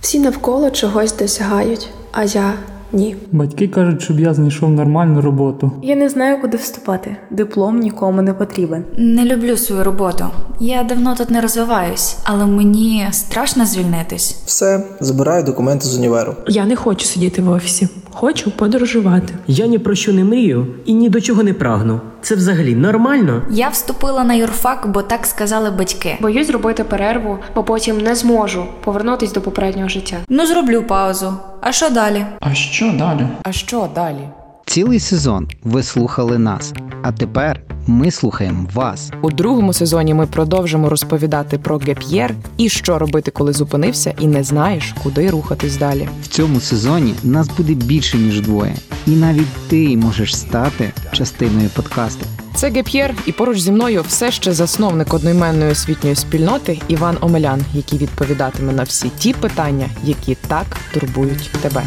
Всі навколо чогось досягають, а я ні. Батьки кажуть, щоб я знайшов нормальну роботу. Я не знаю, куди вступати. Диплом нікому не потрібен. Не люблю свою роботу. Я давно тут не розвиваюсь, але мені страшно звільнитись. Все, забираю документи з універу. Я не хочу сидіти в офісі, хочу подорожувати. Я ні про що не мрію і ні до чого не прагну. Це взагалі нормально. Я вступила на юрфак, бо так сказали батьки. Боюсь зробити перерву, бо потім не зможу повернутись до попереднього життя. Ну, зроблю паузу. А що далі? А що далі? А що далі? Цілий сезон ви слухали нас, а тепер ми слухаємо вас. У другому сезоні ми продовжимо розповідати про геп'єр і що робити, коли зупинився, і не знаєш, куди рухатись далі. В цьому сезоні нас буде більше ніж двоє, і навіть ти можеш стати частиною подкасту. Це геп'єр, і поруч зі мною все ще засновник одноіменної освітньої спільноти Іван Омелян, який відповідатиме на всі ті питання, які так турбують тебе.